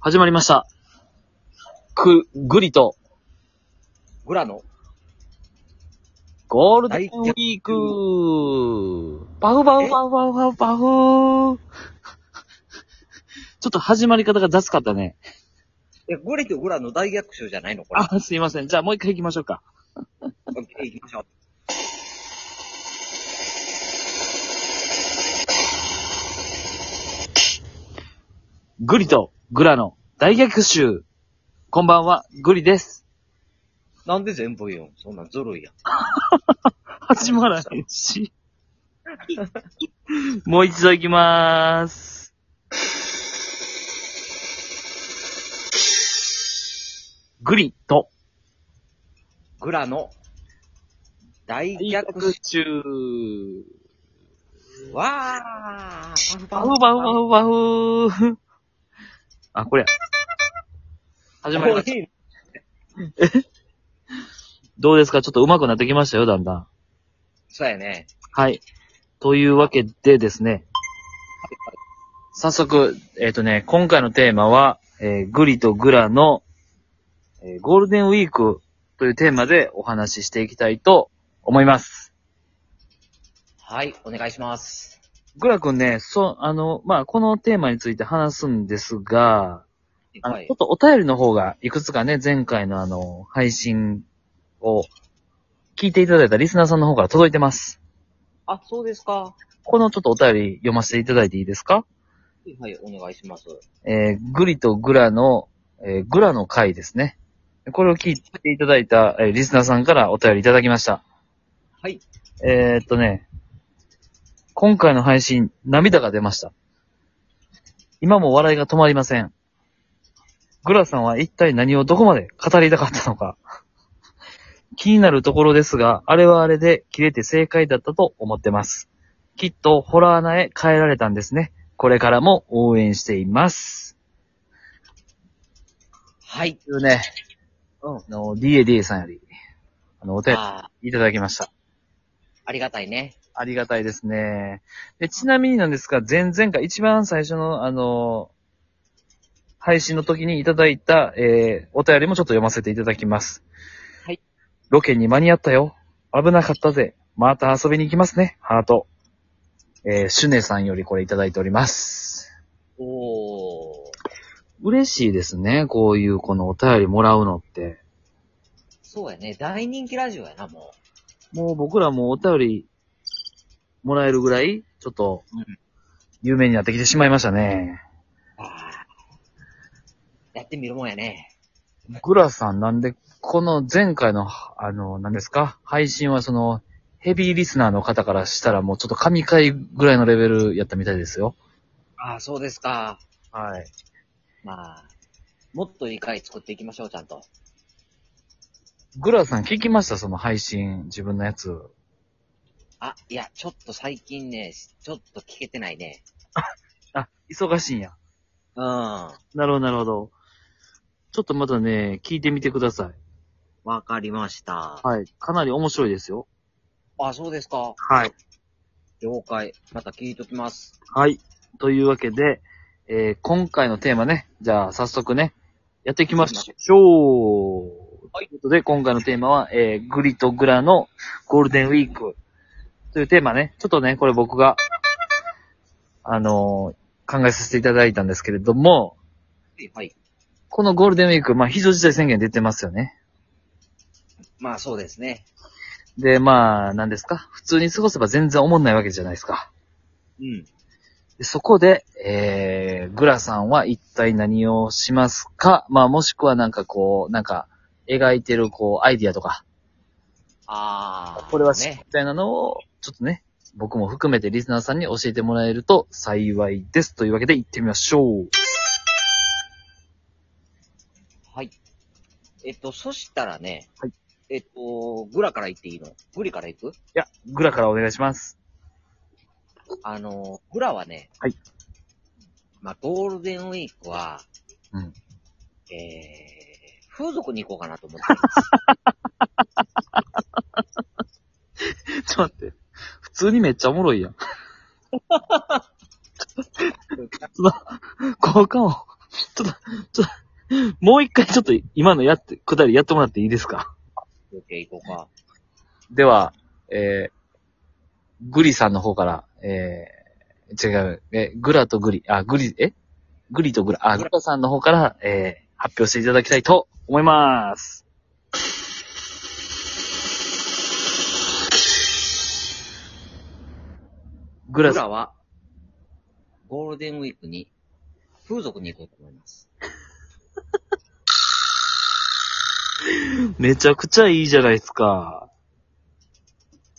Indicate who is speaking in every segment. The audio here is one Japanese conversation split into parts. Speaker 1: 始まりました。く、ぐりと、
Speaker 2: グラの
Speaker 1: ゴールデンウィークパフパフパフパフパフパフちょっと始まり方が雑かったね。
Speaker 2: え、グリとグラの大逆襲じゃないのこれ。
Speaker 1: あ、すいません。じゃあもう一回行きましょうか。
Speaker 2: オッケー、行きましょう。
Speaker 1: グリとグラの大逆襲。こんばんは、グリです。
Speaker 2: なんで全部言うんそんなんずるいやん。
Speaker 1: 始まらへんし。もう一度行きまーす。グリと
Speaker 2: グラの大逆
Speaker 1: 逆
Speaker 2: 襲。
Speaker 1: 中。
Speaker 2: わー
Speaker 1: バフバフバフバフ。あ、これや。始まりました。
Speaker 2: り
Speaker 1: どうですかちょっと上手くなってきましたよ、だんだん。
Speaker 2: そうやね。
Speaker 1: はい。というわけでですね。早速、えっ、とね、今回のテーマは、えーグリとグラの、えーゴールデンウィークというテーマでお話ししていきたいと思います。
Speaker 2: はい、お願いします。
Speaker 1: グラ君ね、そう、あの、まあ、このテーマについて話すんですが、あの、
Speaker 2: はい
Speaker 1: ちょっ。とお便りの方が、いくつかね、前回のあの、配信を聞いていただいたリスナーさんの方から届いてます。
Speaker 2: あ、そうですか。は
Speaker 1: このちょっとお便り読ませていただいていいですか
Speaker 2: い、はい、お願いします。
Speaker 1: えー、グリとグラの、えーグラの回ですね。これを聞いていただいた、えーリスナーさんからお便りいただきました。
Speaker 2: はい。
Speaker 1: えー、っとね、今回の配信、涙が出ました。今も笑いが止まりません。グラさんは一体何をどこまで語りたかったのか。気になるところですが、あれはあれで切れて正解だったと思ってます。きっとホラー穴へ変えられたんですね。これからも応援しています。
Speaker 2: はい。
Speaker 1: というね、
Speaker 2: うん。
Speaker 1: あの、DADA さんより、あの、お便
Speaker 2: あー
Speaker 1: りいただきました。
Speaker 2: ありがたいね。
Speaker 1: ありがたいですね。で、ちなみになんですが、前々回、一番最初の、あの、配信の時にいただいた、えー、お便りもちょっと読ませていただきます。
Speaker 2: はい。
Speaker 1: ロケに間に合ったよ。危なかったぜ。また遊びに行きますね。ハート。えー、シュネさんよりこれいただいております。
Speaker 2: おー。
Speaker 1: 嬉しいですね。こういう、このお便りもらうのって。
Speaker 2: そうやね。大人気ラジオやな、も
Speaker 1: もう僕らもお便りもらえるぐらい、ちょっと
Speaker 2: うん、
Speaker 1: 有名になってきてしまいましたね。
Speaker 2: う。あーやってみるもんやね。
Speaker 1: グラさんなんで、この前回の、あの、何ですか配信はその、ヘビーリスナーの方からしたらもうちょっと神回ぐらいのレベルやったみたいですよ。
Speaker 2: ああ、そうですか。
Speaker 1: はい。
Speaker 2: まあ、もっといい回作っていきましょう、ちゃんと。
Speaker 1: グラさん聞きましたその配信、自分のやつ。
Speaker 2: あ、いや、ちょっと最近ね、ちょっと聞けてないね。
Speaker 1: あ、忙しいんや。
Speaker 2: うん。わ
Speaker 1: なるほど、なるほど。ちょっとまたね、聞いてみてください。
Speaker 2: かりました。
Speaker 1: はい。かなり面白いですよ。
Speaker 2: あ、そうですか。
Speaker 1: はい。
Speaker 2: 了解。また聞いときます。
Speaker 1: はい。というわけで、えー今回のテーマね、じゃあ早速ね、やっていきましょう。
Speaker 2: はい
Speaker 1: ということで、今回のテーマは、えーグリとグラのゴールデンウィークというテーマね、ちょっとね、これ僕が、あのー考えさせていただいたんですけれども、
Speaker 2: はいはい。
Speaker 1: このゴールデンウィーク、まあ、非常事態宣言出てますよね。
Speaker 2: まあ、そうですね。
Speaker 1: で、まあ、何ですか普通に過ごせば全然思んないわけじゃないですか。
Speaker 2: うん。
Speaker 1: でそこで、えー、グラさんは一体何をしますかまあもしくはなんかこう、なんか描いてるこう、アイディアとか、
Speaker 2: あー。
Speaker 1: これは知り
Speaker 2: ね。
Speaker 1: たいなのを、ちょっとね、僕も含めてリスナーさんに教えてもらえると幸いです。というわけで行ってみましょう。
Speaker 2: はい。えっと、そしたらね、
Speaker 1: はい
Speaker 2: えっと、グラから言っていいのグリから行く
Speaker 1: いや、グラからお願いします。
Speaker 2: あの、グラはね、
Speaker 1: はい。
Speaker 2: まあ、ゴールデンウィークは、
Speaker 1: うん。
Speaker 2: えー、風俗に行こうかなと思 ってる。
Speaker 1: ちょっと待って。普通にめっちゃおもろいやん。その、効果音、ちょっと、ちょっと、もう一回ちょっと今のやって、くだりやってもらっていいですか
Speaker 2: 休憩行こうか。
Speaker 1: では、えー、グリさんの方から、えー、違う、え、グラとグリ、あ、グリ、えグリとグラ、あ、グラさんの方から、えー、発表していただきたいと思います。グラ
Speaker 2: 僕
Speaker 1: さん、
Speaker 2: らは、ゴールデンウィークに、風俗に行こうと思います。
Speaker 1: めちゃくちゃいいじゃないですか。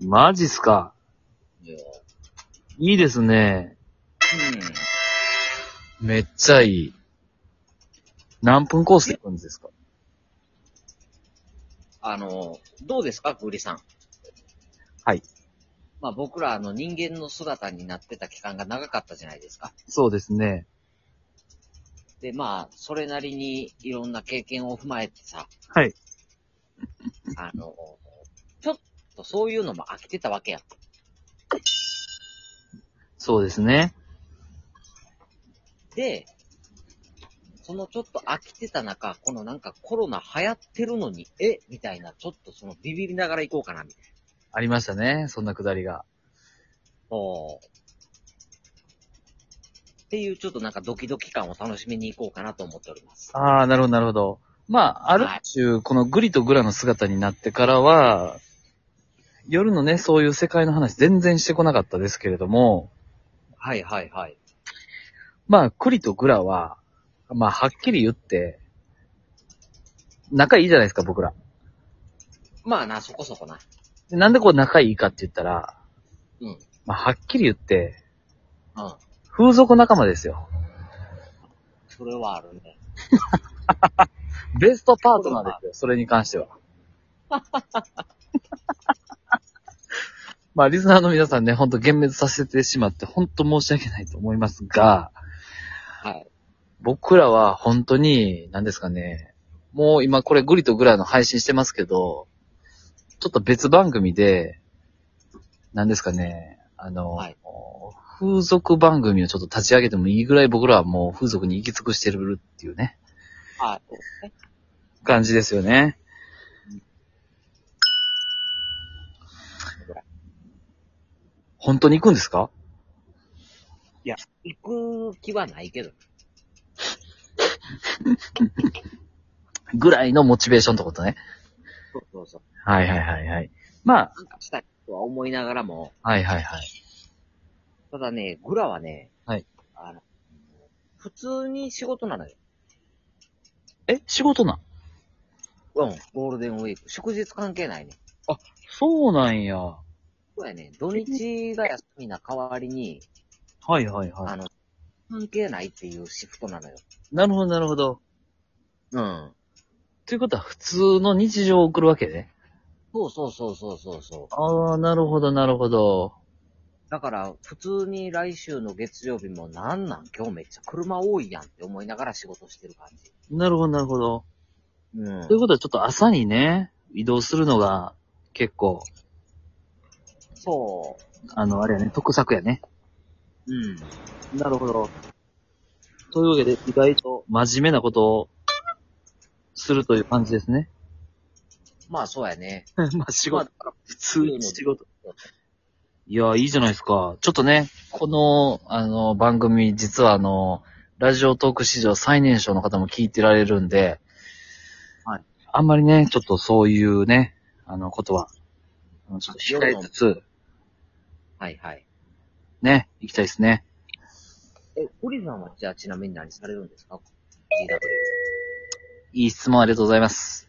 Speaker 1: マジっすか。
Speaker 2: いや
Speaker 1: いいですね。
Speaker 2: うん。
Speaker 1: めっちゃいい。何分コースで行くんですか
Speaker 2: あの、どうですか、グリさん。
Speaker 1: はい。
Speaker 2: まあ僕らあの人間の姿になってた期間が長かったじゃないですか。
Speaker 1: そうですね。
Speaker 2: で、まあ、それなりにいろんな経験を踏まえてさ、
Speaker 1: はい。
Speaker 2: あの、ちょっとそういうのも飽きてたわけや。
Speaker 1: そうですね。
Speaker 2: で、そのちょっと飽きてた中、このなんかコロナ流行ってるのに、えみたいな、ちょっとそのビビりながら行こうかな、みたいな。
Speaker 1: ありましたね、そんなくだりが。
Speaker 2: おーっていうちょっとなんかドキドキ感を楽しみに行こうかなと思っております。
Speaker 1: ああ、なるほど、なるほど。まあ、ある種、このグリとグラの姿になってからは、夜のね、そういう世界の話全然してこなかったですけれども、
Speaker 2: はいはいはい。
Speaker 1: まあ、クリとグラは、まあ、はっきり言って、仲いいじゃないですか、僕ら。
Speaker 2: まあな、そこそこな。
Speaker 1: でなんでこう仲いいかって言ったら、
Speaker 2: うん。うん。
Speaker 1: まあ、はっきり言って、風俗仲間ですよ。
Speaker 2: それはあるね。
Speaker 1: ベストパートナーですよ、それに関して は。まあ、リスナーの皆さんね、ほんと幻滅させてしまって、ほんと申し訳ないと思いますが、
Speaker 2: はい。
Speaker 1: 僕らは本当に、何ですかね、もう今これグリとグラの配信してますけど、ちょっと別番組で、何ですかね、あの、
Speaker 2: はい
Speaker 1: 風俗番組をちょっと立ち上げてもいいぐらい僕らはもう風俗に行き尽くしてるっていうね。
Speaker 2: あ、そうですね
Speaker 1: 感じですよね。本当に行くんですか
Speaker 2: 行く気はないけど。
Speaker 1: ぐらいのモチベーションってことね。
Speaker 2: そうそうそう。
Speaker 1: はいはいはいはい。まあ、
Speaker 2: なんかしたいとは思いながらも、
Speaker 1: はいはいはい。
Speaker 2: ただね、グラはね、
Speaker 1: はい。
Speaker 2: あの、普通に仕事なのよ。
Speaker 1: え、仕事なん
Speaker 2: うん。ゴールデンウィーク。祝日関係ないね。
Speaker 1: そうなんや。は
Speaker 2: そうやね。土日が休みな代わりに、
Speaker 1: いはいは
Speaker 2: あの、関係ないっていうシフトなのよ。
Speaker 1: い。なるほどなるほど。
Speaker 2: うん。
Speaker 1: ということは普通の日常を送るわけね。
Speaker 2: そうそうそうそうそうそう。
Speaker 1: ああ、なるほどなるほど。
Speaker 2: だから、普通に来週の月曜日もなんなん今日めっちゃ車多いやんって思いながら仕事してる感じ。
Speaker 1: なるほどなるほど。
Speaker 2: うん
Speaker 1: ということはちょっと朝にね、移動するのが結構、
Speaker 2: そ
Speaker 1: あの、あれやね、得策やね。
Speaker 2: う。うん。
Speaker 1: なるほど。というわけで、意外と真面目なことをするという感じですね。
Speaker 2: まあそうやね。
Speaker 1: まあ仕
Speaker 2: まあ、だ
Speaker 1: 事、
Speaker 2: から
Speaker 1: 普通に仕事。いや、いいじゃないですか。ちょっとね、この、あの、番組、実はあの、ラジオトーク史上最年少の方も聞いてられるんで、
Speaker 2: はい。
Speaker 1: あんまりね、ちょっとそういうね、あの、ことは、あのちょっと控えつつ、
Speaker 2: はいはい。
Speaker 1: ね、行きたいですね。
Speaker 2: え、ゴリさんはじゃあちなみに何されるんですか
Speaker 1: いい質問ありがとうございます。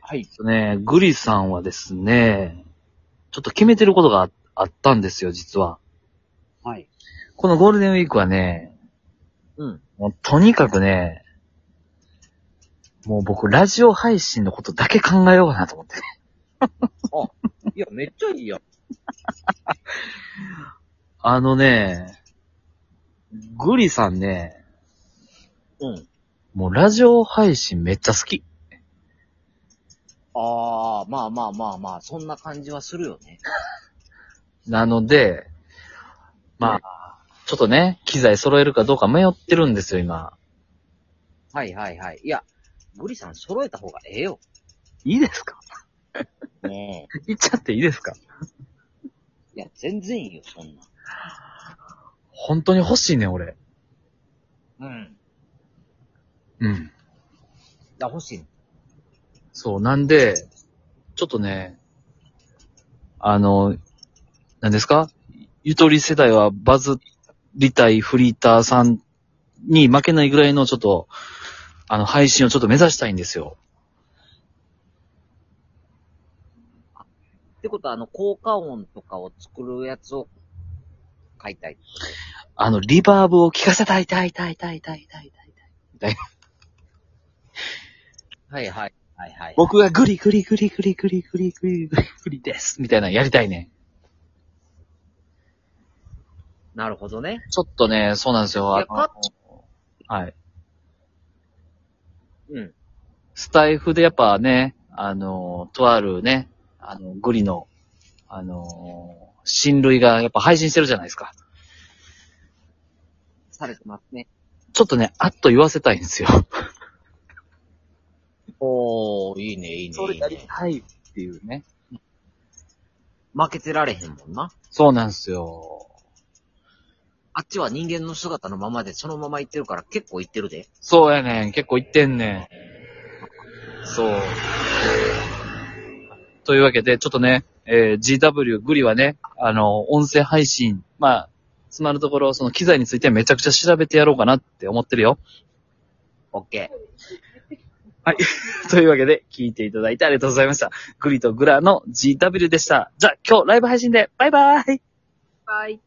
Speaker 2: はい。
Speaker 1: えっとね、グリさんはですね、ちょっと決めてることがああったんですよ、実は。
Speaker 2: はい。
Speaker 1: このゴールデンウィークはね、
Speaker 2: うん。
Speaker 1: もうとにかくね、もう僕、ラジオ配信のことだけ考えようかなと思って。
Speaker 2: いや、めっちゃいいやん。
Speaker 1: あのね、グリさんね、
Speaker 2: うん。
Speaker 1: もうラジオ配信めっちゃ好き。
Speaker 2: ああ、まあまあまあまあ、そんな感じはするよね。
Speaker 1: なので、まあ、ちょっとね、機材揃えるかどうか迷ってるんですよ、今。
Speaker 2: はいはいはい。いや、グリさん揃えた方がええよ。
Speaker 1: いいですか
Speaker 2: ねえ。
Speaker 1: 言っちゃっていいですか
Speaker 2: いや、全然いいよ、そんな。
Speaker 1: 本当に欲しいねん、俺。
Speaker 2: うん。
Speaker 1: うん。
Speaker 2: あ、欲しいの。
Speaker 1: そう、なんで、ちょっとね、あの、何ですかゆとり世代はバズりたいフリーターさんに負けないぐらいのちょっと、あの、配信をちょっと目指したいんですよ。
Speaker 2: ってことは、あの、効果音とかを作るやつを買いたい。
Speaker 1: あの、リバーブを聞かせたい、たい、たい、たい、たい、たい、たい。
Speaker 2: はいはい。はいはい。
Speaker 1: 僕がグリグリグリグリグリグリグリグリグリです。みたいなのやりたいね。
Speaker 2: なるほどね。
Speaker 1: ちょっとね、そうなんですよ。
Speaker 2: い
Speaker 1: あ
Speaker 2: やパ
Speaker 1: のはい。
Speaker 2: うん。
Speaker 1: スタイフでやっぱね、あの、とあるね、あの、グリの、あの、親類がやっぱ配信してるじゃないですか。
Speaker 2: されてますね。
Speaker 1: ちょっとね、あっと言わせたいんですよ。
Speaker 2: おー、いいね、いいね。いいね
Speaker 1: たいっていうね。
Speaker 2: 負けてられへんもんな。
Speaker 1: そうなんですよ。
Speaker 2: あっちは人間の姿のままでそのまま行ってるから結構行ってるで。
Speaker 1: そうやねん。結構言ってんねん。そう。というわけで、ちょっとね、えー GW グリはね、あの、音声配信、まあ、つまるところ、その機材についてめちゃくちゃ調べてやろうかなって思ってるよ。
Speaker 2: オッケー。
Speaker 1: というわけで、聞いていただいてありがとうございました。グリとグラの GW でした。じゃあ、今日ライブ配信で、バイバーイ
Speaker 3: はい。